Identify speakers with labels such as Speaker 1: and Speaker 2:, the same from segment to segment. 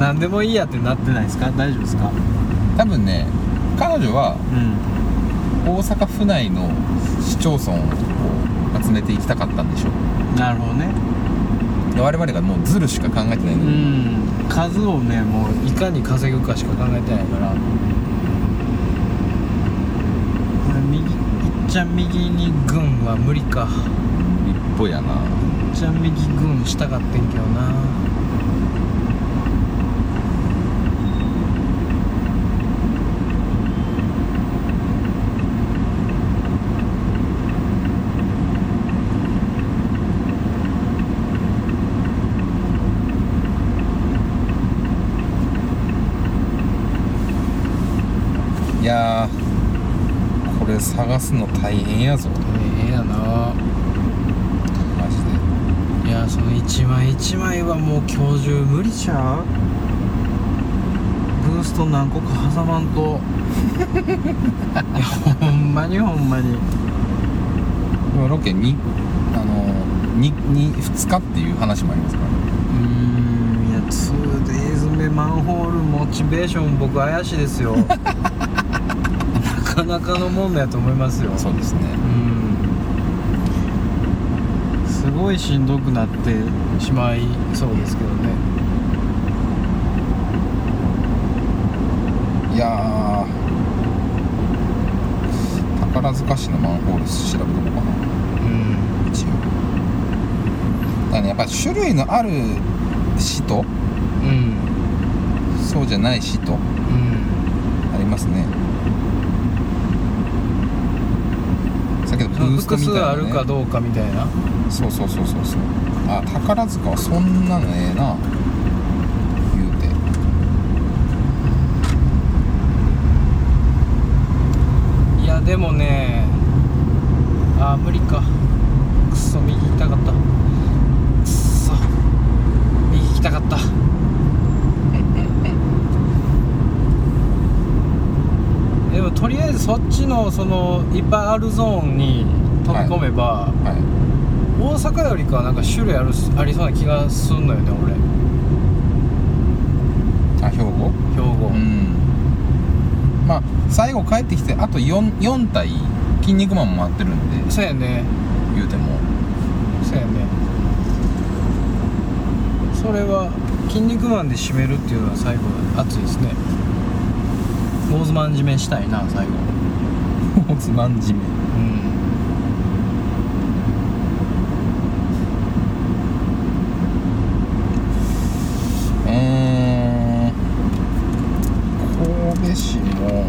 Speaker 1: 何でもいいやってなってないですか大丈夫ですか
Speaker 2: 多分ね彼女は
Speaker 1: うん
Speaker 2: 大阪府内の市町村を集めていきたかったんでしょう
Speaker 1: なるほどね
Speaker 2: で我々がもうズルしか考えてないの
Speaker 1: う
Speaker 2: に、
Speaker 1: ん数をねもういかに稼ぐかしか考えてないからこれ右いっちゃん右に軍は無理か
Speaker 2: 一歩やない
Speaker 1: っちゃん右軍したかってんけどな
Speaker 2: いやーこれ探すの大変やぞ
Speaker 1: ええやな
Speaker 2: マジ
Speaker 1: いやその1枚1枚はもう今日中無理ちゃうブースト何個か挟まん といやほんまにほんまに
Speaker 2: ででもロケにあのー、にに2日っていう話もありますから
Speaker 1: うーんいや 2days 目マンホールモチベーション僕怪しいです よなかなかのもんだと思いますよ
Speaker 2: そうですね
Speaker 1: うんすごいしんどくなってしまいそうですけどね
Speaker 2: いやー宝塚市のマンホール調べてもかな
Speaker 1: うん
Speaker 2: 一応だからねやっぱり種類のある市と
Speaker 1: うん
Speaker 2: そうじゃない市と
Speaker 1: うん
Speaker 2: ありますねさっきのブースト
Speaker 1: 複
Speaker 2: みたい
Speaker 1: 数
Speaker 2: な、
Speaker 1: あ
Speaker 2: ね、
Speaker 1: るかどうかみたいな
Speaker 2: そうそうそうそうそうあ宝塚はそんなのええな言うて
Speaker 1: いやでもねあー無理かくそ右行きたかったくっそ右行きたかったでもとりあえずそっちのそのいっぱいあるゾーンに飛び込めば、
Speaker 2: はい
Speaker 1: 大阪よりかはなんか種類あるありそうな気がすんのよね俺
Speaker 2: あ兵庫
Speaker 1: 兵庫、
Speaker 2: うんまあ最後帰ってきてあと 4, 4体筋肉マンも待ってるんで
Speaker 1: そうやね
Speaker 2: 言うても
Speaker 1: そうやねそれは「筋肉マン」で締めるっていうのは最後熱いですね大相撲締めしたいな最後
Speaker 2: つまんじめ
Speaker 1: うん
Speaker 2: うーん神戸市も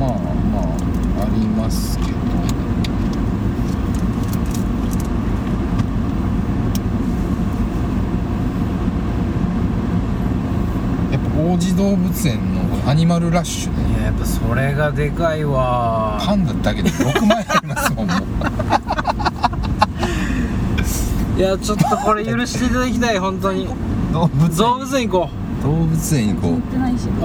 Speaker 2: まあまあありますけどやっぱ王子動物園のアニマルラッシュね
Speaker 1: いややっぱそれがでかいわ
Speaker 2: パンダだけで6枚ありますもんもう
Speaker 1: いやちょっとこれ許していただきたい本当に
Speaker 2: 動物
Speaker 1: 動物園行こ
Speaker 2: 動物園にこ
Speaker 3: 行っ
Speaker 2: う
Speaker 3: てないし
Speaker 1: うう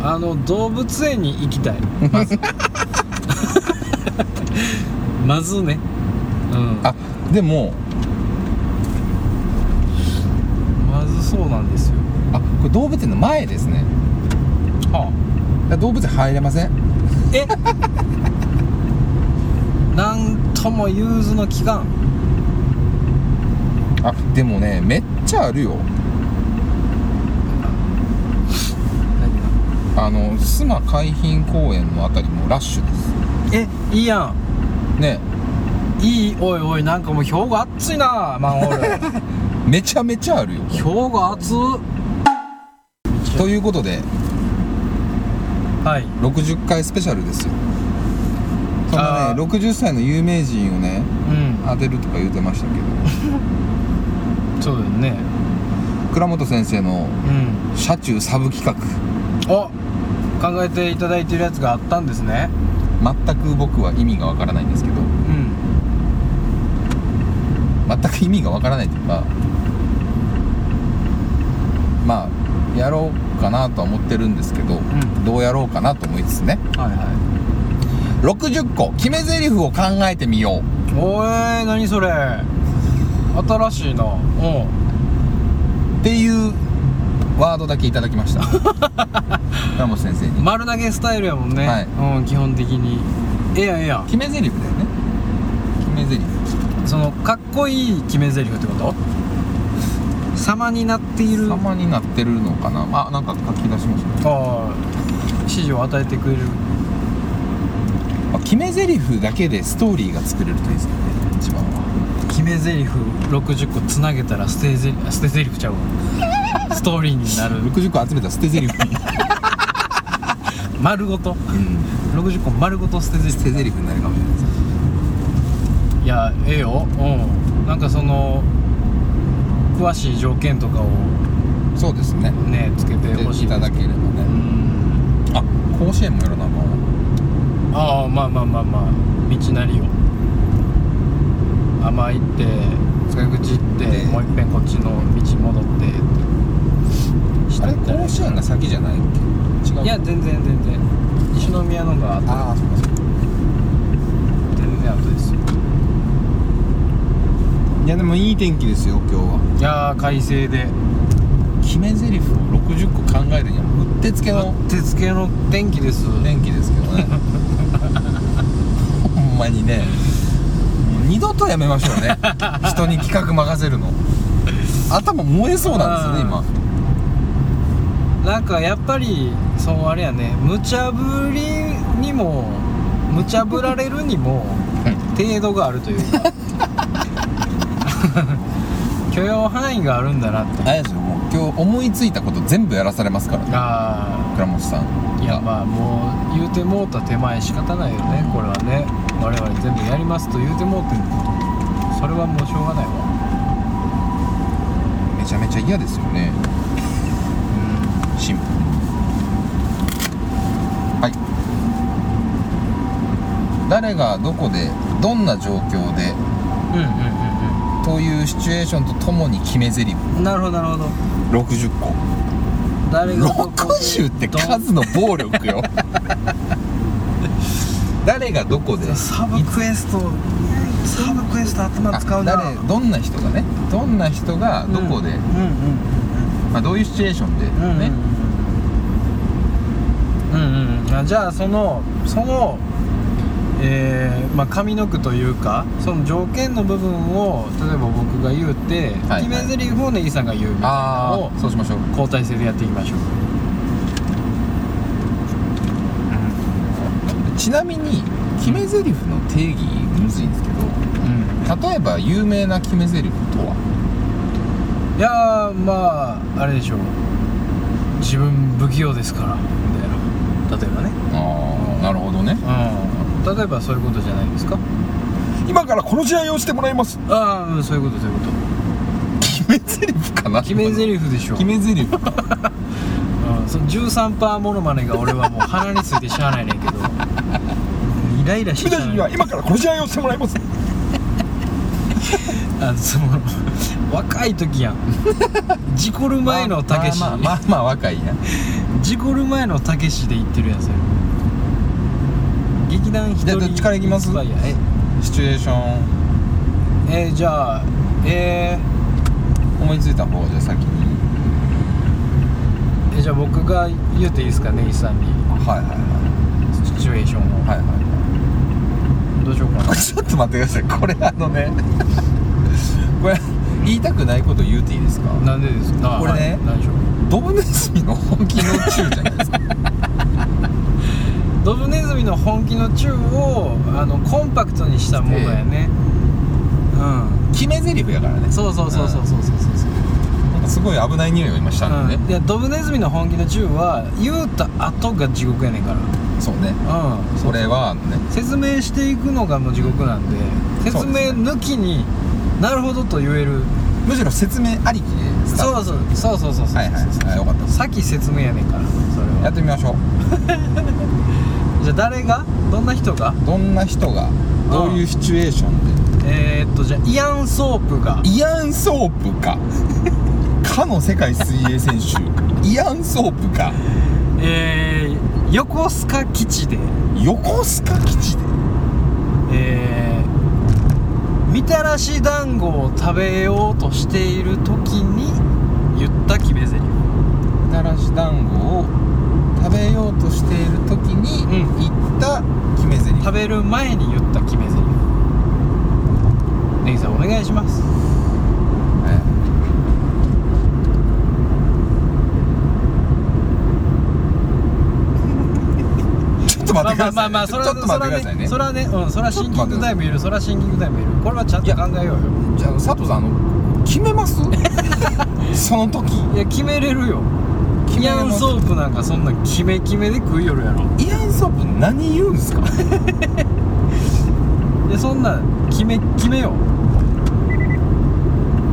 Speaker 1: んあの動物園に行きたいまず まずねうん
Speaker 2: あでも
Speaker 1: まずそうなんですよ
Speaker 2: あこれ動物園の前ですね
Speaker 1: はあ
Speaker 2: だから動物園入れません
Speaker 1: えなんとも融通の期間
Speaker 2: あでもねめっちゃあるよあの須磨海浜公園のあたりもラッシュです
Speaker 1: えいいや
Speaker 2: ね
Speaker 1: んいいおいおいなんかもう氷河熱いなマンホ ール
Speaker 2: めちゃめちゃあるよ
Speaker 1: 氷河熱っ
Speaker 2: ということで
Speaker 1: はい
Speaker 2: 60回スペシャルですよそん
Speaker 1: あ
Speaker 2: な
Speaker 1: ー
Speaker 2: ね60歳の有名人をね
Speaker 1: うん
Speaker 2: 当てるとか言うてましたけど
Speaker 1: そうだよね
Speaker 2: 倉本先生の
Speaker 1: うん
Speaker 2: 車中サブ企画
Speaker 1: お考えていただいてるやつがあったんですね
Speaker 2: 全く僕は意味がわからないんですけど
Speaker 1: うん
Speaker 2: 全く意味がわからないというかまあやろうかなとは思ってるんですけど、
Speaker 1: ん
Speaker 2: どうやろうかなと思いつつね
Speaker 1: はいは
Speaker 2: 60個決め台詞を考えてみよう
Speaker 1: いおえー、何それ新しいなうん
Speaker 2: っていうワードだけいただきましたラモス先生に
Speaker 1: 丸投げスタイルやもんね、
Speaker 2: はい
Speaker 1: うん基本的にええやんええやん
Speaker 2: 決め台詞だよね決め台詞
Speaker 1: そのかっこいい決め台詞ってこと様になっているあ
Speaker 2: 様になってるのかなあなんか書き出しましたね
Speaker 1: あ指示を与えてくれる
Speaker 2: あ決め台詞だけでストーリーが作れるといいですよね一番は
Speaker 1: 決め台詞60個つなげたら捨てゼリ捨て台詞ちゃう わストーリーになる
Speaker 2: 60個集めたら捨て台詞、
Speaker 1: 丸ごと
Speaker 2: うん、
Speaker 1: 60個丸ごと捨て台詞
Speaker 2: 捨て台詞になるかもしれないです
Speaker 1: いやええようんなんかその詳しい条件とかを
Speaker 2: そうですね
Speaker 1: ねつけてほしい
Speaker 2: いただければ
Speaker 1: う
Speaker 2: ね
Speaker 1: ん
Speaker 2: あ甲子園もやるなもう
Speaker 1: ああまあまあまあまあ道なりを甘いって塚口行って、
Speaker 2: で
Speaker 1: もういっぺんこっちの道戻ってし
Speaker 2: あ
Speaker 1: た
Speaker 2: れ
Speaker 1: ったら
Speaker 2: 甲子園が先じゃないっけ違う
Speaker 1: いや全然全然西宮のが後
Speaker 2: ああそうかそうか
Speaker 1: 全然後ですよ
Speaker 2: いやでもいい天気ですよ今日はい
Speaker 1: やー快晴で
Speaker 2: 決め台詞を60個考えるにはうってつけの
Speaker 1: 手付けの天気です
Speaker 2: 天気ですけどね ほんまにねもう二度とやめましょう ね人に企画任せるの頭燃えそうなんですよね
Speaker 1: あ
Speaker 2: 今
Speaker 1: なんかやっぱりそのあれやね無茶ぶりにも無茶ぶられるにも程度があるというか 許容範囲があるんだなって
Speaker 2: あれですよもう今日思いついたこと全部やらされますからね
Speaker 1: あ
Speaker 2: 倉本さ
Speaker 1: あ
Speaker 2: ん
Speaker 1: いやまあもう言うてもうた手前仕方ないよねこれはね我々全部やりますと言うてもうてそれはもうしょうがないわ
Speaker 2: めちゃめちゃ嫌ですよねシンプルにはい誰がどこでどんな状況で
Speaker 1: うんうんう
Speaker 2: というシチュエーションとともに決め台詞
Speaker 1: んうんなるほどなるほど
Speaker 2: 60個
Speaker 1: 誰がどこで
Speaker 2: 60って
Speaker 1: どん
Speaker 2: 数の暴 力よ誰がどこで
Speaker 1: サブクエストサブクエスト頭使うな
Speaker 2: あ誰どんな人がねどんな人がどこで、
Speaker 1: うんうん
Speaker 2: まあ、どういうシチュエーションで、
Speaker 1: うんうん
Speaker 2: ね
Speaker 1: うんうんうんあじゃあそのそのえーまあ上の句というかその条件の部分を例えば僕が言うて、
Speaker 2: はい
Speaker 1: 決め台詞をねぎさんが言うみたいなの
Speaker 2: あ
Speaker 1: を
Speaker 2: あそうしましょう
Speaker 1: 交代制でやっていきましょう
Speaker 2: ちなみに決め台詞の定義むずいんですけど
Speaker 1: うん
Speaker 2: 例えば有名な決め台詞とはい
Speaker 1: やーまああれでしょう自分不器用ですからみたいな例えばね
Speaker 2: ああなるほどね
Speaker 1: うん例えばそういうことじゃないですか
Speaker 2: 今からこの試合をしてもらいます
Speaker 1: ああうんそういうことそういうこと
Speaker 2: 決め台詞かな
Speaker 1: 決め台詞でしょ、う
Speaker 2: 決
Speaker 1: ん、
Speaker 2: め台詞
Speaker 1: その13パーモノマネが俺はもう鼻についてしゃあないねんけ どイライラしてしゃあない
Speaker 2: 今からこの試合をしてもらいます
Speaker 1: あのその若い時やん事故る前のたけし
Speaker 2: まあまあまあまあ若いや
Speaker 1: 事故る前のたけしで言ってるやつや劇団一
Speaker 2: じゃ
Speaker 1: 人
Speaker 2: あどっちから行きます
Speaker 1: 一杯やえ
Speaker 2: シチュエーション
Speaker 1: えーじゃあえ
Speaker 2: 思いついた方がじゃあ先に
Speaker 1: ーえじゃあ僕が言っていいですかねイさんに
Speaker 2: はいはい
Speaker 1: シチュエーションを、
Speaker 2: はいはいは
Speaker 1: どうしようかない
Speaker 2: ちょっと待ってくださいこれあのねこれ言いたくないこと言うていいですか
Speaker 1: なんでですか
Speaker 2: これね
Speaker 1: はい何でしょう
Speaker 2: ドブネズミの本気の中じゃ ないですか
Speaker 1: ドブネズミの本気のチューをあのコンパクトにしたものやね、
Speaker 2: 決め台詞やからね
Speaker 1: うんそうそうそうそうそうそうそうそう、
Speaker 2: なんかすごい危ない匂いが今したんで
Speaker 1: うん、
Speaker 2: ね、
Speaker 1: いやドブネズミの本気のチューは言うた後が地獄やねんから
Speaker 2: そうね
Speaker 1: うん
Speaker 2: それはね
Speaker 1: 説明していくのがもう地獄なんで説
Speaker 2: そうで
Speaker 1: 明
Speaker 2: すね
Speaker 1: 抜きになるほどと言える
Speaker 2: むしろ説明ありきでスター
Speaker 1: そうそうそうそうそうそうそう
Speaker 2: トはいはいはいよかったです
Speaker 1: さっき説明やねんからそれ
Speaker 2: や
Speaker 1: は
Speaker 2: ってみましょう
Speaker 1: じゃあ誰がどんな人が
Speaker 2: どんな人がどういうシチュエーションで
Speaker 1: えー、っとじゃあイアン・ソープが
Speaker 2: イアン・ソープ かかの世界水泳選手イアン・ソープか
Speaker 1: えー、横須賀基地で
Speaker 2: 横須賀基地で
Speaker 1: えーみたらし団子を食べようとしている時に言った決め台詞
Speaker 2: としている時に
Speaker 1: う
Speaker 2: 言った決め台詞
Speaker 1: 食べる前に言った決め台詞ネギさんお願いします
Speaker 2: ねちょっと待ってくださ
Speaker 1: まあま
Speaker 2: い、ね、
Speaker 1: あまあそれ
Speaker 2: ちょ
Speaker 1: は
Speaker 2: っと待ってくださいね
Speaker 1: それはねそれはねうんそれはシンキングタイムいるそれはシンキングタイムいるこれはちゃん
Speaker 2: い
Speaker 1: と
Speaker 2: や
Speaker 1: 考えようよ
Speaker 2: じゃあ佐藤さんあの決めます その時
Speaker 1: いや決めれるよ
Speaker 2: 決
Speaker 1: イ
Speaker 2: めれ
Speaker 1: ア
Speaker 2: ま
Speaker 1: ン
Speaker 2: す
Speaker 1: ソープなんかそんな決め決めで食いよるやろ
Speaker 2: イアンソープ何言うんすか
Speaker 1: いやそんな決め決めよ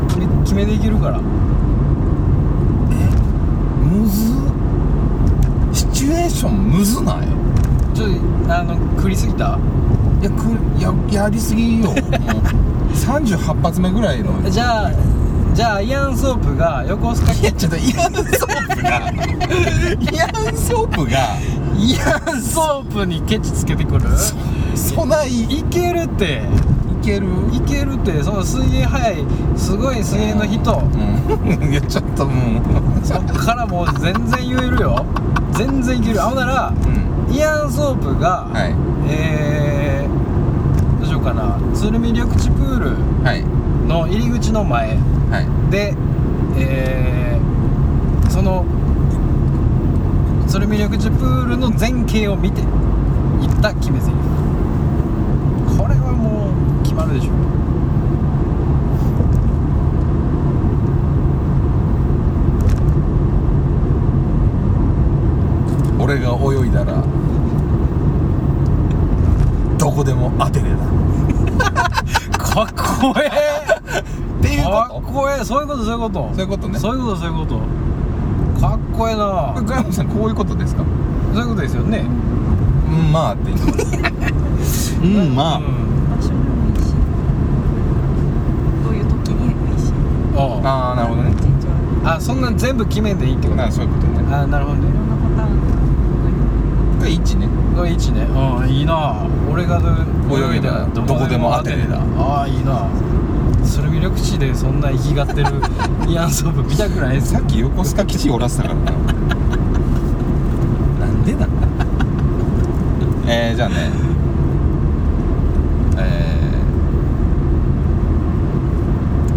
Speaker 1: 決め決めできるから
Speaker 2: むずシチュエーションむずない
Speaker 1: ちょっとあの食りすぎた
Speaker 2: いやくややりすぎよもう38発目ぐら いの
Speaker 1: じゃあじゃあイアンソープが横須賀
Speaker 2: いや
Speaker 1: 県
Speaker 2: ちょっとイアンソープがイアンソープが
Speaker 1: イアンソープにケチつけてくる
Speaker 2: そないい
Speaker 1: いけるって
Speaker 2: ける
Speaker 1: いけるってその水泳早いすごい水泳の人
Speaker 2: うん いやちょっともう
Speaker 1: そっからもう全然言えるよ全然いける青なら
Speaker 2: うん
Speaker 1: イアンソープが、
Speaker 2: はい
Speaker 1: えー、どうしようかな鶴見緑地プール
Speaker 2: はい
Speaker 1: の入り口の前
Speaker 2: はい
Speaker 1: で、えー、その鶴見緑地プールの全景を見て行った決め台詞これはもう決まるでしょ
Speaker 2: 俺が泳いだらどこでもアテネだ
Speaker 1: かっこええ
Speaker 2: っていう
Speaker 1: か
Speaker 2: こ
Speaker 1: っこええそういうことそういうこと
Speaker 2: とそういうことね
Speaker 1: そういうことそういうことかっこええな
Speaker 2: グラムさんこういうことですか
Speaker 1: そういうことですよね
Speaker 2: うんまあって言ってますうんまあ
Speaker 1: うん
Speaker 3: 場所でもいいしどういう時にでもいいし
Speaker 1: あ
Speaker 2: ああなるほどね
Speaker 3: 一日は
Speaker 1: ああそんなん全部決めんでいいってこと
Speaker 2: なそういうことね
Speaker 1: あなるほど
Speaker 3: い
Speaker 1: ね
Speaker 3: ろんなパターン
Speaker 2: が1ね
Speaker 1: これ1ねうんいいな俺が
Speaker 2: 泳いだらどこでもアテネだ
Speaker 1: ああいいなそれ魅力地でそんな生きが ってるイアンソープ見たくないです
Speaker 2: さっき横須賀基地おらせたからな なんでだ えー、じゃあねえ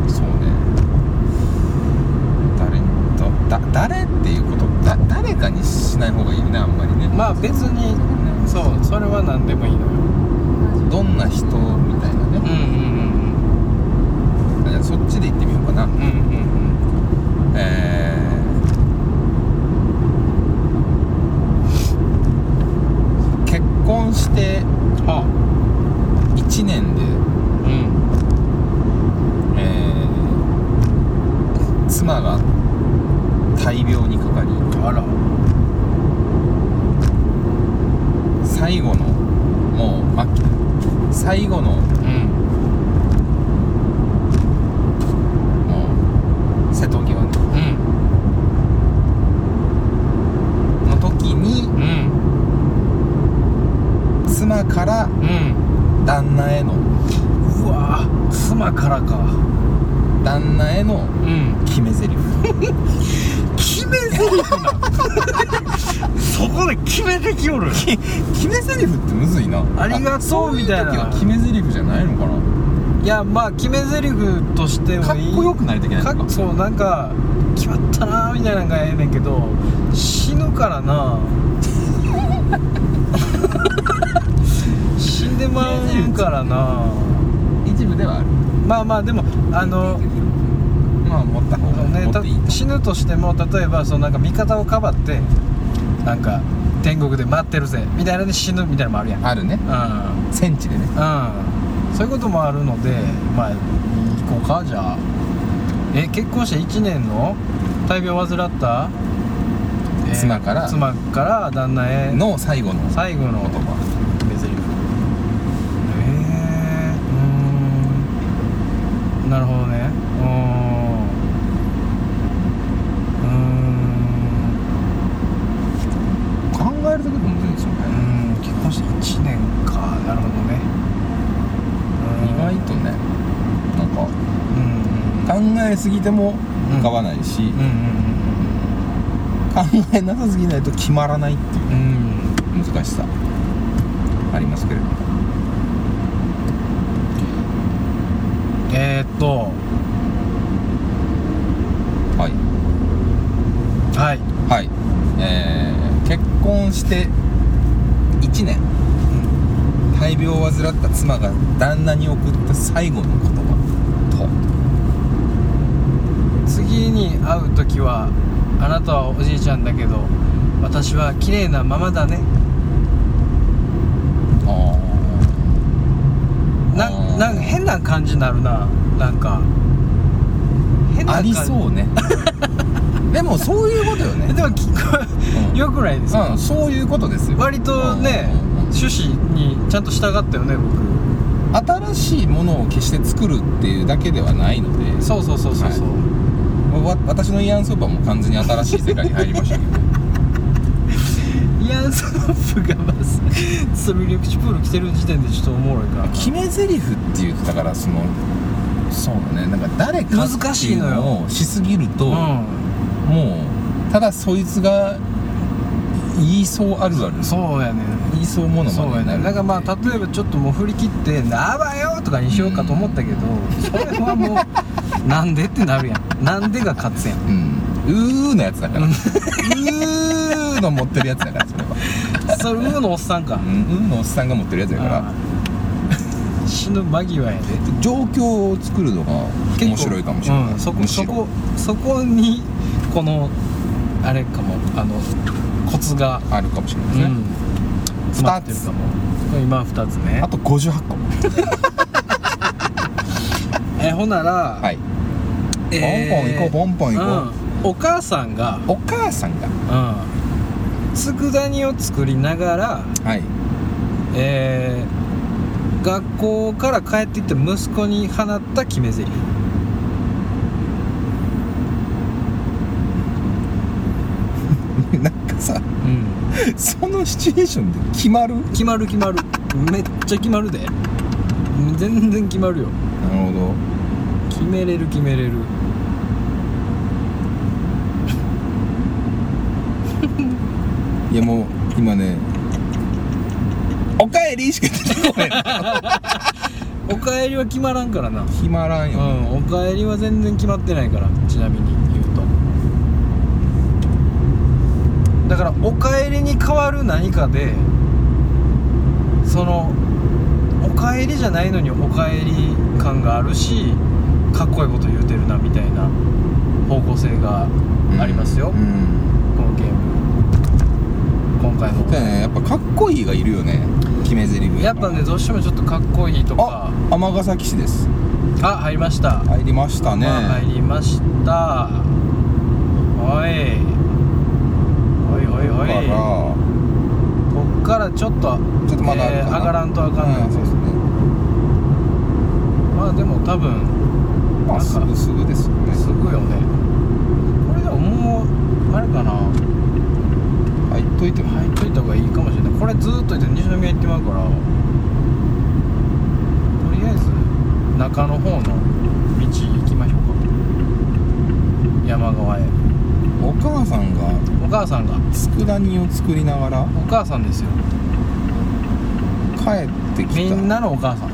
Speaker 2: ー、そうね誰とだ誰っていうことだ誰かにしない方がいいねあんまりね
Speaker 1: まあ別にそうそれは何でもいいのよ
Speaker 2: どんな人みたいな
Speaker 1: うん
Speaker 2: ね、じゃあそっちで行ってみようかな
Speaker 1: うんうんうんうん
Speaker 2: えー結婚して
Speaker 1: うんは
Speaker 2: 1年で、
Speaker 1: あうん
Speaker 2: えー妻が大病にかかり
Speaker 1: あら
Speaker 2: 最後のもう末期最後の
Speaker 1: うん
Speaker 2: もう瀬戸際ね
Speaker 1: うん
Speaker 2: の時に
Speaker 1: うん
Speaker 2: 妻から
Speaker 1: うん
Speaker 2: 旦那への
Speaker 1: うわぁ妻からか
Speaker 2: 旦那への
Speaker 1: うん
Speaker 2: 決め台詞
Speaker 1: 決め台詞な そこで決めてき よる
Speaker 2: き決め台詞ってむずいな
Speaker 1: ありがとうみたいな
Speaker 2: そういう時は決め台詞じゃないのかない
Speaker 1: やまあ決め台詞としても
Speaker 2: か
Speaker 1: いい
Speaker 2: っこよくないといけない
Speaker 1: か
Speaker 2: の
Speaker 1: っ
Speaker 2: か
Speaker 1: そうなんか決まったなみたいなのがええねんけど死ぬから な死んでまうんからな
Speaker 2: 一部ではある
Speaker 1: まあまあでもあの
Speaker 2: まあ持った方が
Speaker 1: ね
Speaker 2: 持ったていい
Speaker 1: 死ぬとしても例えばそのなんか味方をかばってなんか天国で待ってるぜみたいなので死ぬみたいなのもあるやん
Speaker 2: あるね
Speaker 1: うん
Speaker 2: センチでね
Speaker 1: うんそういうこともあるのでまあ行こうかじゃあえ結婚して1年の大病を患った、えー
Speaker 2: 妻から
Speaker 1: 妻から旦那へ
Speaker 2: の最後の
Speaker 1: 最後の
Speaker 2: 言葉
Speaker 1: 目ゼリフえー、うーんなるほどねうーんうーん
Speaker 2: 考えるだけでもむずいですよ
Speaker 1: う
Speaker 2: ね
Speaker 1: ーん結婚して1年かなるほどねうーん
Speaker 2: 意外とねなんか
Speaker 1: うん
Speaker 2: 考えすぎても
Speaker 1: うん
Speaker 2: 浮かばないし
Speaker 1: うんうんうんうん
Speaker 2: 考えなさすぎないと決まらないっていう
Speaker 1: うん
Speaker 2: 難しさありますけれども
Speaker 1: えー、っと
Speaker 2: はい
Speaker 1: はい
Speaker 2: はいえー結婚して1年大病を患った妻が旦那に送った最後の言葉
Speaker 1: 次に会う時はあなたはおじいちゃんだけど私は綺麗なままだね
Speaker 2: とあ
Speaker 1: な
Speaker 2: あー
Speaker 1: なんか変な感じになるななんか変な
Speaker 2: あ
Speaker 1: 感
Speaker 2: あ
Speaker 1: じ
Speaker 2: りそうね でもそういうことよね
Speaker 1: えでも聞こ
Speaker 2: うん
Speaker 1: えよくないですか、
Speaker 2: うん、そういうことですよ
Speaker 1: 割とね、
Speaker 2: うんうんうん
Speaker 1: 趣旨にちゃんと従ったよね僕
Speaker 2: 新しいものを決して作るっていうだけではないので
Speaker 1: そうそうそうそうそう、
Speaker 2: わ私のイアンスーパーも完全に新しい世界に入りましたけど
Speaker 1: イアンソープがまず その緑地プール着てる時点でちょっとおもろいから
Speaker 2: 決め台詞って言ってたからそのそうだねなんか誰かって
Speaker 1: 難し
Speaker 2: い
Speaker 1: いうのよ
Speaker 2: のをしすぎると、
Speaker 1: う
Speaker 2: もうただそいつが言いそうあるある
Speaker 1: んそうやね
Speaker 2: 言いそうもの
Speaker 1: そう
Speaker 2: まで
Speaker 1: や
Speaker 2: にな
Speaker 1: ね
Speaker 2: る
Speaker 1: だからまあ例えばちょっともう振り切って「なばよ!」とかにしようかと思った けど、それはもうなんでってなるやんなんでが勝つやん
Speaker 2: うんうーのやつだからうーの持ってるやつだからそれ
Speaker 1: それ
Speaker 2: は
Speaker 1: うのおっさんか
Speaker 2: う、んうーのおっさんが持ってるやつだから
Speaker 1: うん死ぬ間際やで
Speaker 2: 状況を作るのが
Speaker 1: 結構
Speaker 2: 面白いかもしれない、
Speaker 1: うん、そこ
Speaker 2: むし
Speaker 1: そ
Speaker 2: ろ
Speaker 1: こそこにこのあれかもあのコツが、
Speaker 2: あるかもしれないうですね、
Speaker 1: ん、詰まってるかも今2つね
Speaker 2: あと58個
Speaker 1: えほんなら、
Speaker 2: はい
Speaker 1: えー
Speaker 2: ポンポン行こうポンポン行こ
Speaker 1: うん、お母さんが、
Speaker 2: う、お母さんが
Speaker 1: うん、佃煮を作りながら、
Speaker 2: はい
Speaker 1: えー学校から帰ってきて息子に放った決め台詞
Speaker 2: なんかさ
Speaker 1: うん
Speaker 2: そのシチュエーションで決まるなる
Speaker 1: 決まる決まるめっちゃ決まるで全然決まるよ
Speaker 2: ほど
Speaker 1: 決めれる決めれる
Speaker 2: いやもう今ね「おかえり!」しか出てこ ない
Speaker 1: おかえりは決まらんからなう
Speaker 2: 決まらんよ、
Speaker 1: んおかえりは全然決まってないからちなみに言うとだからおかえりに変わる何かでそのおかえりじゃないのにおかえり感があるしかっこいいこと言うてるなみたいな方向性がありますよ、
Speaker 2: うん
Speaker 1: このゲーム今回
Speaker 2: だから
Speaker 1: の
Speaker 2: ねやっぱかっこいいがいるよね決め台詞
Speaker 1: やっぱねどうしてもちょっとかっこいいと
Speaker 2: あ
Speaker 1: か
Speaker 2: 尼崎市です
Speaker 1: あ入りました
Speaker 2: 入りましたね、
Speaker 1: まあ入りましたおいおいおいお
Speaker 2: だ
Speaker 1: いこ
Speaker 2: か
Speaker 1: っからちょっと
Speaker 2: らちょっとまだある
Speaker 1: え
Speaker 2: かな
Speaker 1: ー上がらんとあかんない
Speaker 2: うんそうですね
Speaker 1: まあでも多分な
Speaker 2: ま
Speaker 1: ん
Speaker 2: あ
Speaker 1: か
Speaker 2: すぐすぐですよね
Speaker 1: すごいよねこれでももうあれかな
Speaker 2: 入っといても
Speaker 1: 入っといた方がいいかもしれないこれずーっといて西宮行ってまうからとりあえず中の方の道行きましょうか山側へ
Speaker 2: お母さんが
Speaker 1: お母さんが
Speaker 2: 佃煮を作りながら
Speaker 1: お母さんですよ
Speaker 2: 帰ってき
Speaker 1: み
Speaker 2: た
Speaker 1: んなのお母さん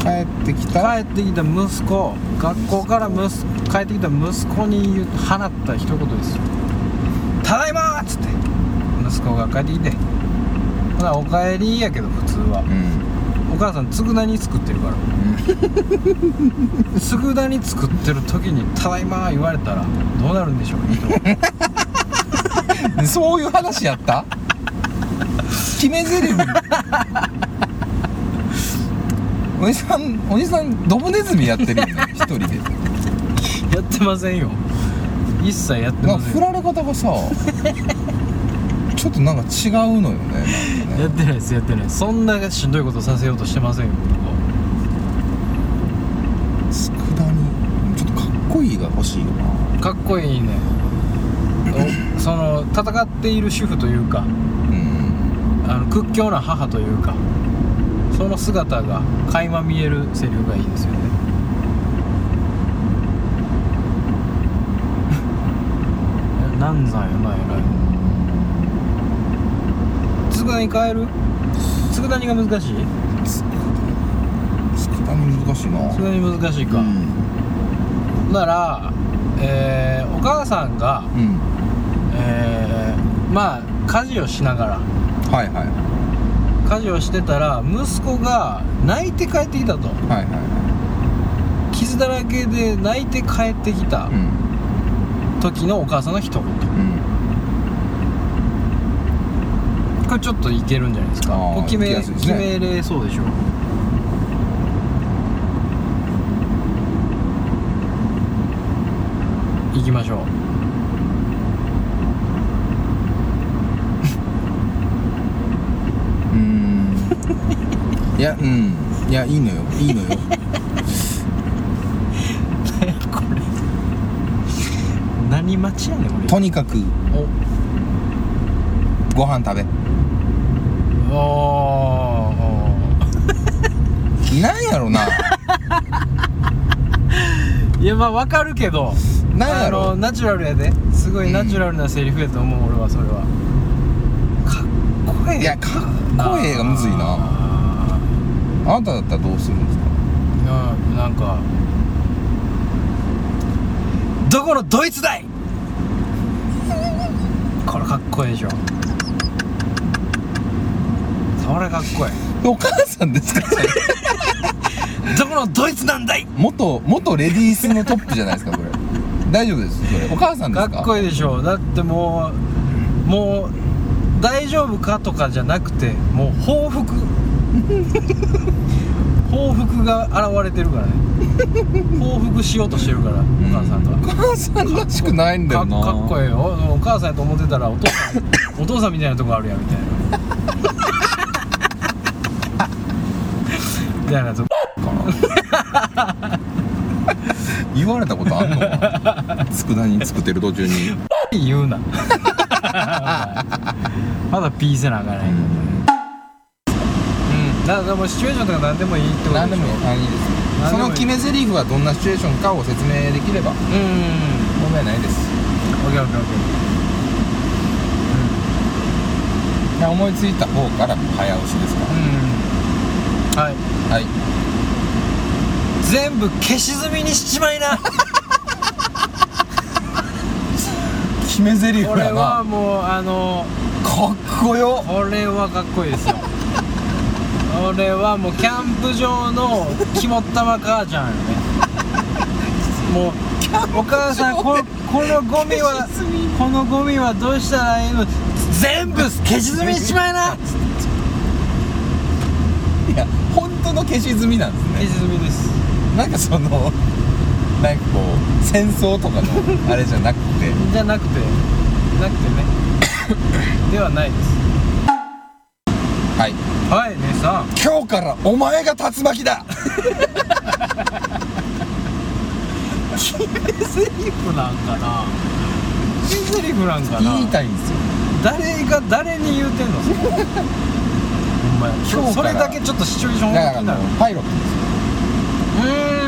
Speaker 2: 帰ってきた
Speaker 1: 帰ってきた息子学校から息子帰ってきた息子に言う放った一言ですよ「ただいま!」っつって息子が帰ってきてほなおかえりやけど普通は
Speaker 2: うん
Speaker 1: お母さん佃煮作ってるから佃煮作ってる時に「ただいま」言われたらどうなるんでしょう人は
Speaker 2: うんそういう話やった決め台詞おじさんおじさんドブネズミやって るよね一人で
Speaker 1: やってませんよ一切やって
Speaker 2: なんか
Speaker 1: ませ
Speaker 2: 振
Speaker 1: んよ
Speaker 2: られ方がさちょっとなんか違うのよねなんか
Speaker 1: やっ
Speaker 2: ね
Speaker 1: てないですやってないですそんなしんどいことさせようとしてませんよ僕は
Speaker 2: 佃煮ちょっとかっこいいが欲しいよな
Speaker 1: かっこいいね おその戦っている主婦というか
Speaker 2: うん
Speaker 1: あの屈強な母というかその姿が垣間見えるセリフがいいですよね なんなんやな偉い佃煮変える佃煮が難しい
Speaker 2: つ佃煮難しいな
Speaker 1: 佃煮難しいか、
Speaker 2: うん
Speaker 1: なら、えーお母さんが、
Speaker 2: うん
Speaker 1: えーまあ家事をしながら
Speaker 2: はいはい
Speaker 1: 家事をしてたら息子が泣いて帰ってきたと
Speaker 2: はいはいは
Speaker 1: 傷だらけで泣いて帰ってきた
Speaker 2: いうん
Speaker 1: 時のお母さんの一言
Speaker 2: うん
Speaker 1: これちょっといけるんじゃないですか
Speaker 2: あー
Speaker 1: こう決め
Speaker 2: いけやすいです
Speaker 1: 決
Speaker 2: ね
Speaker 1: めれそうでしょ行きましょう
Speaker 2: うーんいやうんいやいいのよい いのよ
Speaker 1: これ何待ちやねんこと
Speaker 2: にかく
Speaker 1: れ
Speaker 2: ご飯食べ
Speaker 1: おおー
Speaker 2: なんやろな
Speaker 1: いやまあわかるけど
Speaker 2: なんや
Speaker 1: あの
Speaker 2: ろ
Speaker 1: ナチュラルやですご
Speaker 2: う
Speaker 1: い
Speaker 2: ん
Speaker 1: ナチュラルなセリフやと思う、俺はそれはかっこええ
Speaker 2: いやかっこええがむずいな
Speaker 1: あ
Speaker 2: あなただったらどうするんですか
Speaker 1: ーうんなんかどこのドイツだいこれかっこええでしょこれかっこえ
Speaker 2: お母さんですか
Speaker 1: えどこのドイツなんだい
Speaker 2: 元元レディースのトップじゃないですかこれ大丈夫ですそれお母さんで
Speaker 1: か
Speaker 2: すか
Speaker 1: っこいい
Speaker 2: い
Speaker 1: でしょだってもうもう大丈夫かとかじゃなくてもう報 復報復が現れてるからね報復しようとしてるからお母さんが
Speaker 2: お母さんらしくないんだ
Speaker 1: か
Speaker 2: よな
Speaker 1: かっこ
Speaker 2: いい
Speaker 1: ええよお母さんやと思ってたらお父さんお父さんみたいなとこあるやんみたいなみたいなとこ
Speaker 2: 言われたことあんのかな佃煮作ってる途中に
Speaker 1: 言うな まだピーせなあかんないうん、だからもうシチュエーションとか何でもいいってこと
Speaker 2: 何でもいいあいいです
Speaker 1: 何で
Speaker 2: そ
Speaker 1: もいい
Speaker 2: の決め台詞はどんなシチュエーションかを説明できれば
Speaker 1: うんうん
Speaker 2: 問題ないです
Speaker 1: オッケーオッケーオッ
Speaker 2: いや思いついた方からもう早押しですか
Speaker 1: ケーうんはい
Speaker 2: らはい
Speaker 1: 全部消し済みにしちまいな
Speaker 2: 決め台詞
Speaker 1: これはもうあの
Speaker 2: かっこよ
Speaker 1: これはかっこいい ですよこれはもうキャンプ場の肝っ玉母ちゃんよねもうお母さんここのゴミはこのゴミはどうしたらいいの全部消し済みにしちまいな
Speaker 2: いや本当の消し済みなんです
Speaker 1: 消
Speaker 2: ね
Speaker 1: し済みです
Speaker 2: なんかそのなんかこう戦争とかのあれじゃなく て
Speaker 1: じゃなくてなくて ねではないです
Speaker 2: はい
Speaker 1: はい姉さん
Speaker 2: 今日からお前が竜巻だ
Speaker 1: セリフなんかなセリフなんかな
Speaker 2: 言いたいんですよ
Speaker 1: 誰が誰に言うてんのほんまや
Speaker 2: 今日
Speaker 1: そ
Speaker 2: から
Speaker 1: れだけちょっとシチュエーション
Speaker 2: だ
Speaker 1: 大
Speaker 2: か
Speaker 1: き
Speaker 2: ら
Speaker 1: いなる
Speaker 2: もうパイロットで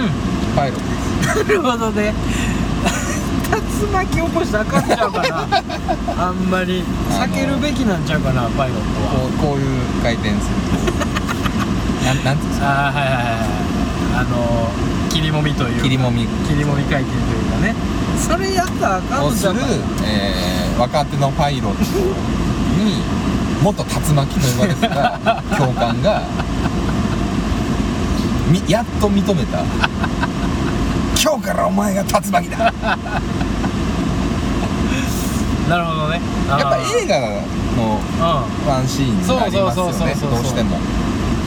Speaker 2: すよ
Speaker 1: う
Speaker 2: パイロットで
Speaker 1: ーんなるほどね 竜巻起こしたらあかんちゃうかな あんまり
Speaker 2: あ
Speaker 1: 避
Speaker 2: の
Speaker 1: けるべきなんちゃうかなパイロット
Speaker 2: すこ
Speaker 1: は
Speaker 2: うこういう回 転するなんなんていうんですか
Speaker 1: ああはいはいはいあの切りもみというか
Speaker 2: 切りもみ
Speaker 1: 切りもみ会見というかねそれやったらあか
Speaker 2: を
Speaker 1: ん
Speaker 2: す
Speaker 1: じゃ
Speaker 2: る
Speaker 1: んかな、
Speaker 2: えー、若手のパイロットに元竜巻と呼ばれてた教官がみやっと認めた 今日からお前が竜巻だやっ
Speaker 1: なるほどねや
Speaker 2: ぱ映画の
Speaker 1: 画うん
Speaker 2: ワンシーンになりますよね
Speaker 1: そうそうそうそうそう
Speaker 2: どうしても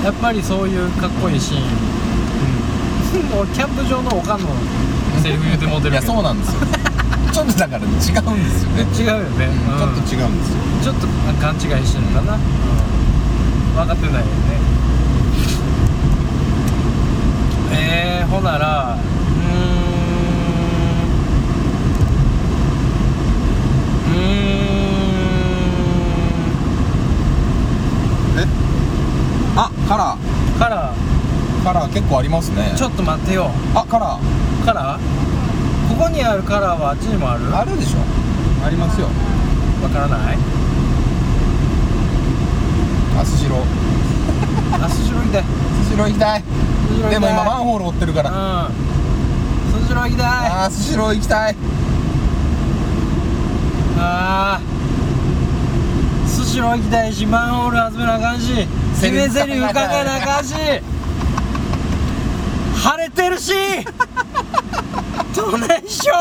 Speaker 1: やっぱりそういうかっこいいシーン、うん、 俺キャンプ場のおかんのセリフ言うてモデ
Speaker 2: い
Speaker 1: ル
Speaker 2: やそうなん ですよちょっとだから違うんですよね、
Speaker 1: 違うよね、
Speaker 2: う
Speaker 1: う
Speaker 2: ん
Speaker 1: ん
Speaker 2: ちょっと違うんですよ
Speaker 1: ちょっと勘違いしてるかな、うん、分かってないよねえー、ほならうーんう
Speaker 2: あカラー
Speaker 1: ーんから
Speaker 2: カラー結構ありますね
Speaker 1: ちょっと待ってよ
Speaker 2: あカラー
Speaker 1: カラーここにあるカラーはあっちにもある
Speaker 2: あるでしょありますよ
Speaker 1: わからない
Speaker 2: あスシロー
Speaker 1: あスシロー行きたい
Speaker 2: スシロー行きたい
Speaker 1: スシロー行きたい
Speaker 2: でも今マンホール追ってるか
Speaker 1: う
Speaker 2: ら
Speaker 1: んスシロー行きたいあ
Speaker 2: あースシロー行きたい
Speaker 1: あースシロー行きたいしマンホール集めなあかんし決めゼリフ書かなあかんし晴れてるしどないしょ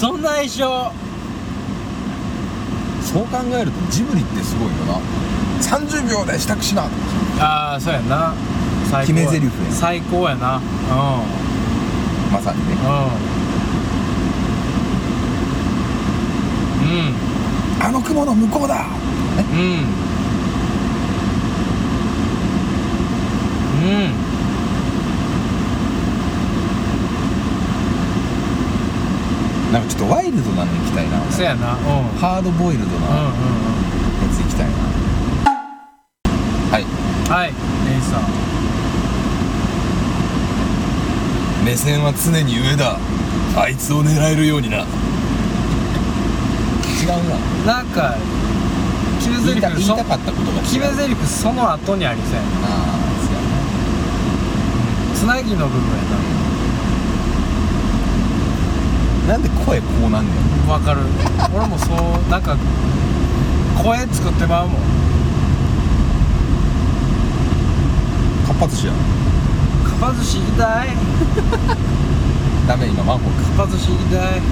Speaker 1: どないしょ
Speaker 2: そう考えるとジブリってすごいよな30秒で支度しな
Speaker 1: ああそうやな最
Speaker 2: 決め台詞や
Speaker 1: 最高やなうん
Speaker 2: まさにね
Speaker 1: う
Speaker 2: あの雲の向こうだ
Speaker 1: んうんうん
Speaker 2: なんかちょっとワイルドなの行きたいな
Speaker 1: うんそうやなうんうん
Speaker 2: ハードボイルドな
Speaker 1: うん
Speaker 2: やつ行きたいな、はい
Speaker 1: うんはいレイさん
Speaker 2: 目線は常に上だあいつを狙えるようにな違うな
Speaker 1: なんか決め
Speaker 2: 言いた
Speaker 1: 台詞
Speaker 2: 言い
Speaker 1: そ
Speaker 2: たかったことが
Speaker 1: 決
Speaker 2: 違
Speaker 1: め
Speaker 2: う
Speaker 1: 台詞その後にありそうやな
Speaker 2: あーそうやな
Speaker 1: つなぎの部分や
Speaker 2: なんで声こうなんねん
Speaker 1: なわかる俺もそうなんか声作ってまうもん
Speaker 2: かっぱ寿司や
Speaker 1: かっぱ寿司行きたい
Speaker 2: ダメ今マンホール
Speaker 1: か
Speaker 2: か
Speaker 1: っぱ寿司行きたい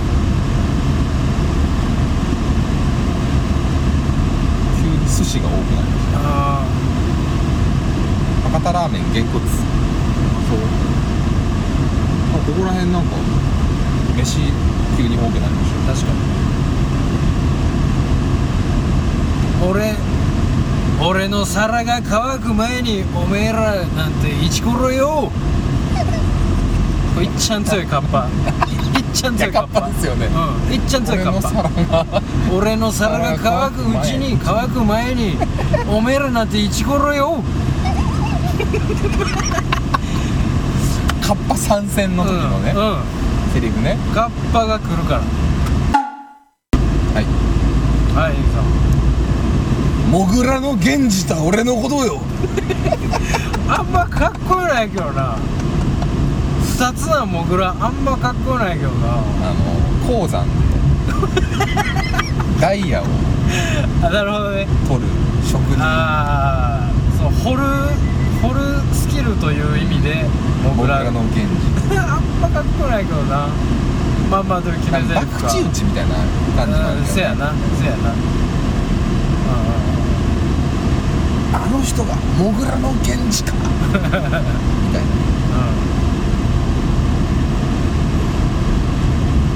Speaker 2: 急に寿司が多くなる
Speaker 1: ああ
Speaker 2: 博多ラーメンげんこつそうあここら辺なんか飯急に多くなるでし
Speaker 1: 確かに俺俺の皿が乾く前におめえらなんてイチコロよ これいっちゃん強いカッパいっちゃん
Speaker 2: ょい
Speaker 1: 強い
Speaker 2: や
Speaker 1: カ
Speaker 2: か
Speaker 1: ッ
Speaker 2: っ
Speaker 1: パ
Speaker 2: ぱですよね
Speaker 1: うんいっちゃん強い
Speaker 2: 俺
Speaker 1: カ
Speaker 2: の
Speaker 1: ッパ
Speaker 2: 皿が
Speaker 1: 俺の皿が乾くうちに乾く前におめえらなんてイチコロよ
Speaker 2: かっぱ参戦の時のね、
Speaker 1: うん、うん
Speaker 2: セリフね
Speaker 1: カッパが来るから
Speaker 2: はい
Speaker 1: はいエリ
Speaker 2: モグラの源氏た俺のことよ
Speaker 1: さんあんまかっこよないけどな二つなモグラあんまかっこよないけどな
Speaker 2: あの鉱山でダイヤを
Speaker 1: あなるほどね
Speaker 2: 取る職人
Speaker 1: ああそう掘る掘るスキルという意味で
Speaker 2: モ
Speaker 1: モ
Speaker 2: グ
Speaker 1: グ
Speaker 2: ラ
Speaker 1: ラ
Speaker 2: の
Speaker 1: の
Speaker 2: 源氏
Speaker 1: あんまかっこよないけどなまあまあでも決め
Speaker 2: なん
Speaker 1: ぜ
Speaker 2: か
Speaker 1: る
Speaker 2: 博打打ちみたいな感じなん
Speaker 1: うん
Speaker 2: だけ
Speaker 1: せ
Speaker 2: ど
Speaker 1: やなせやなう
Speaker 2: あの人がモグラの源氏 かみたい
Speaker 1: んうんうんうん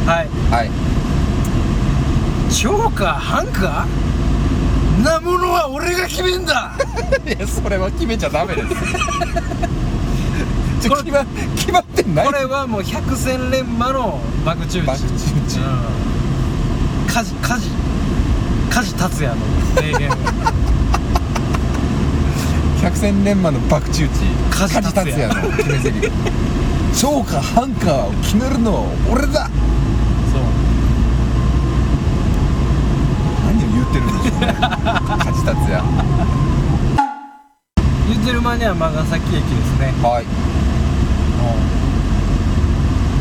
Speaker 1: はい
Speaker 2: なはい
Speaker 1: 超か半かなものは俺が決めんだ
Speaker 2: いやそれは決めちゃダメですち
Speaker 1: こ
Speaker 2: ょ
Speaker 1: れ
Speaker 2: 決ま決まってない
Speaker 1: これはもう百戦錬磨の爆打ち
Speaker 2: バクチ打ち、
Speaker 1: うん家事家事家事達也の名 言
Speaker 2: 百戦錬磨のバクチ打ち
Speaker 1: 梶
Speaker 2: 梶
Speaker 1: 達
Speaker 2: 達
Speaker 1: 也
Speaker 2: 也の決めゼリフ超か半かを決めるのは俺だ
Speaker 1: そう
Speaker 2: 何を言ってるんでしょうね梶達也
Speaker 1: 言ってる間には尼崎駅ですね
Speaker 2: はい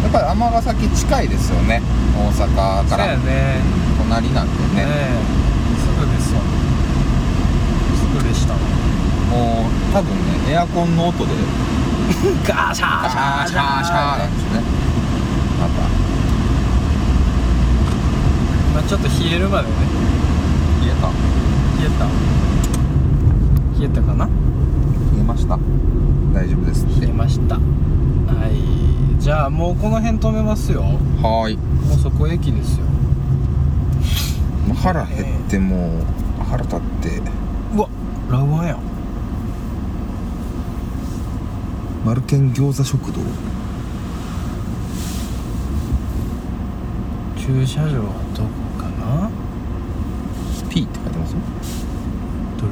Speaker 2: やっぱり尼崎近いですよね大阪
Speaker 1: そ
Speaker 2: か
Speaker 1: うや
Speaker 2: ら
Speaker 1: ね
Speaker 2: 隣なんでね
Speaker 1: えすぐですわすぐでしたわ
Speaker 2: もう多分ねエアコンの音で
Speaker 1: ガシャーシャーシャーシャー
Speaker 2: なんですよねまた
Speaker 1: まあちょっと冷えるまでね
Speaker 2: 冷えた
Speaker 1: 冷えた冷えたかな
Speaker 2: 冷えました大丈夫ですっ
Speaker 1: 出
Speaker 2: て
Speaker 1: ましたはいじゃあもうこの辺止めますよも
Speaker 2: はーいう
Speaker 1: そこ駅ですよ
Speaker 2: もう腹減ってもう腹立って
Speaker 1: うわラウワンやん
Speaker 2: 丸ン餃子食堂
Speaker 1: 駐車場はどこかな
Speaker 2: P って書いてますよ
Speaker 1: ど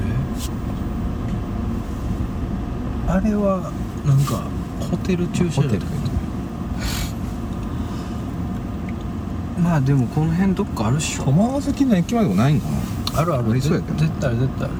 Speaker 1: れあれはなんかホテル駐車
Speaker 2: ホ
Speaker 1: 場
Speaker 2: テル書いてある
Speaker 1: まあでもこの辺どっかあるっしょ
Speaker 2: 駒ヶ崎の駅までもないんかな
Speaker 1: あるあ
Speaker 2: あ
Speaker 1: る
Speaker 2: りそうや
Speaker 1: 絶
Speaker 2: けど
Speaker 1: 対ある絶対ある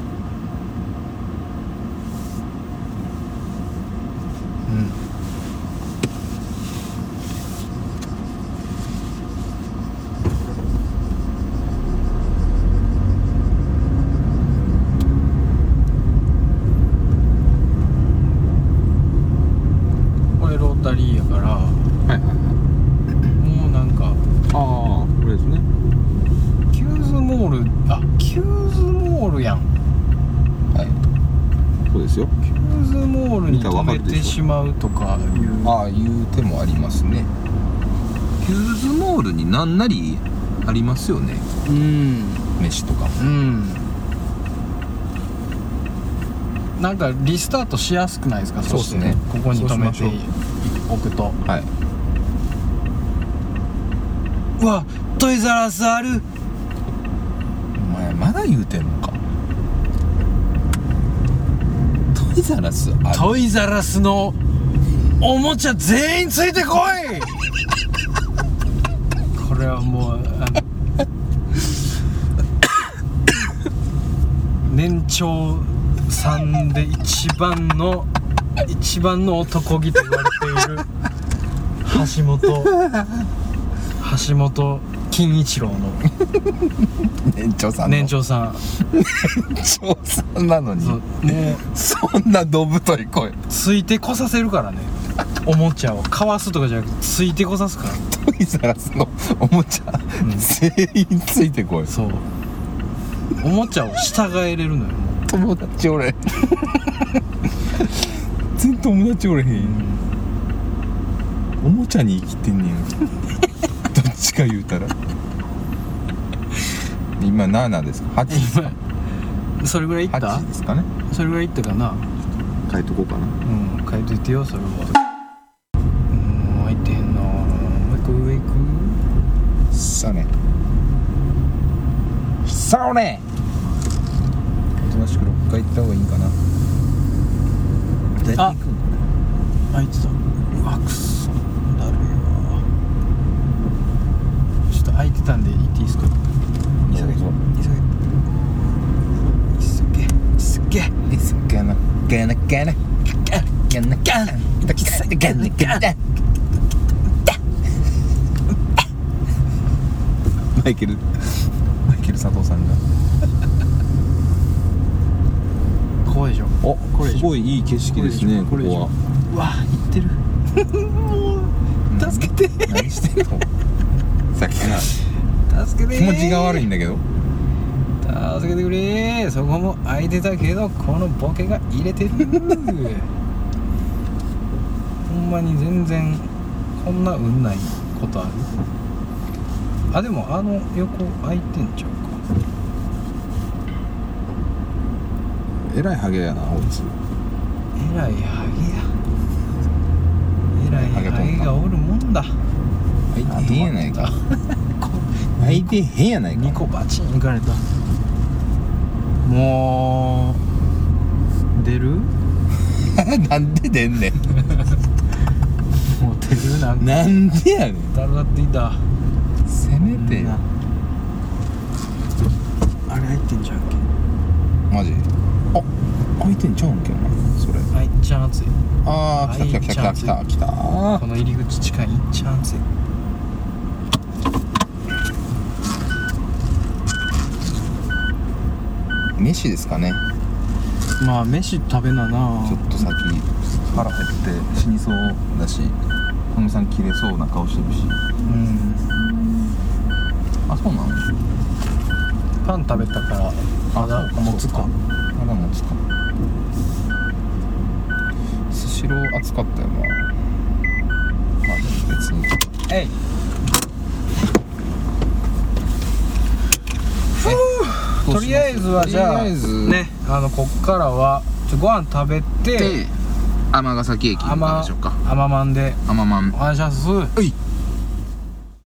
Speaker 1: うんこれロータリーやから
Speaker 2: はいはいはい
Speaker 1: もうなんか
Speaker 2: ああこれですね
Speaker 1: キューズモールあキューズモールやん
Speaker 2: はいそうですよ
Speaker 1: キューズモールに止めてしまうとかいう
Speaker 2: ああいう手もありますねヒューズモールになんなりありますよね
Speaker 1: うん
Speaker 2: 飯とか
Speaker 1: うんなんかリスタートしやすくないですか
Speaker 2: そうっすね
Speaker 1: そしてここに止めて
Speaker 2: そうし
Speaker 1: おくと
Speaker 2: はい、
Speaker 1: うわトイザラスある
Speaker 2: お前まだ言うてんのかトイザラスあ
Speaker 1: トイザラスのおもちゃ全員ついてこい これはもうあの年長さんで一番の一番の男気と言われている橋本橋本金一郎の
Speaker 2: 年長さんの
Speaker 1: 年長さん
Speaker 2: 年長さんなのに
Speaker 1: そうもう
Speaker 2: そんなどぶとい声ト
Speaker 1: ついてこさせるからねおもちゃをかわすとかじゃなくてついてこさすから
Speaker 2: イザラスのおもちゃ、全員ついてこい
Speaker 1: そうおもちゃを従えれるのよ
Speaker 2: 友達おれへん全然友達おれへんおもちゃに生きてんねんどっちか言うたら今何なんですか8ですか
Speaker 1: 今それぐらいいった
Speaker 2: 8ですかね
Speaker 1: それぐらいいったかな
Speaker 2: 書いとこうかな
Speaker 1: うん変えといてよそれはうん入ってへんなもう一個上行く
Speaker 2: そうねそうねおとなしく6回行った方がいいんかな大体行くんかな
Speaker 1: あいつだうわくそだるいわちょっと空いてたんで行っていいですか
Speaker 2: 急げ
Speaker 1: 急げ急げ急げ
Speaker 2: 急げなげなげなげなげなげなげなマイケルマイケル佐藤さんが
Speaker 1: 怖いでしょ
Speaker 2: お
Speaker 1: これでしょ
Speaker 2: すごいいい景色ですねこ
Speaker 1: れでし
Speaker 2: こ
Speaker 1: ょ
Speaker 2: は
Speaker 1: うわ行ってる もう助けて
Speaker 2: 何してんのさっきから
Speaker 1: 助けて
Speaker 2: 気持ちが悪いんだけど
Speaker 1: 助けてくれそこも空いてたけどこのボケが入れてるほんまに全然こんな運ないことあるあでもあの横空いてんちゃうか
Speaker 2: えらいハゲやなこいつ
Speaker 1: えらいハゲやえらいハゲがおるもんだ
Speaker 2: あいてへんやないか
Speaker 1: こ
Speaker 2: あいてへんやないか
Speaker 1: 2個バチン行かれたもう出る
Speaker 2: なんで出んねん
Speaker 1: もう出るなんか
Speaker 2: なんでやねん
Speaker 1: だるがっていた
Speaker 2: せめてよ
Speaker 1: あれ入ってんじゃんけ
Speaker 2: マジあ開いてんちゃうんけどなそれ
Speaker 1: あいっちゃん熱い
Speaker 2: ああ来た来た来た来た来た来たあ
Speaker 1: この入り口近いいっちゃん熱い
Speaker 2: ー飯ですかね
Speaker 1: まあ飯食べなな
Speaker 2: ちょっと先腹減って死にそうだしこのさん切れそうな顔してるし
Speaker 1: うん
Speaker 2: あそうなの
Speaker 1: パン食べたからまだ持つか
Speaker 2: まだ持つかスシロー暑かったよなまあでも別に
Speaker 1: えいとりあえずはじゃあ
Speaker 2: とりあえず
Speaker 1: ねあのこっからはちょご飯食べて
Speaker 2: で尼崎駅に行きましょうか
Speaker 1: 甘まんで
Speaker 2: 尼まん
Speaker 1: お話しします
Speaker 2: はい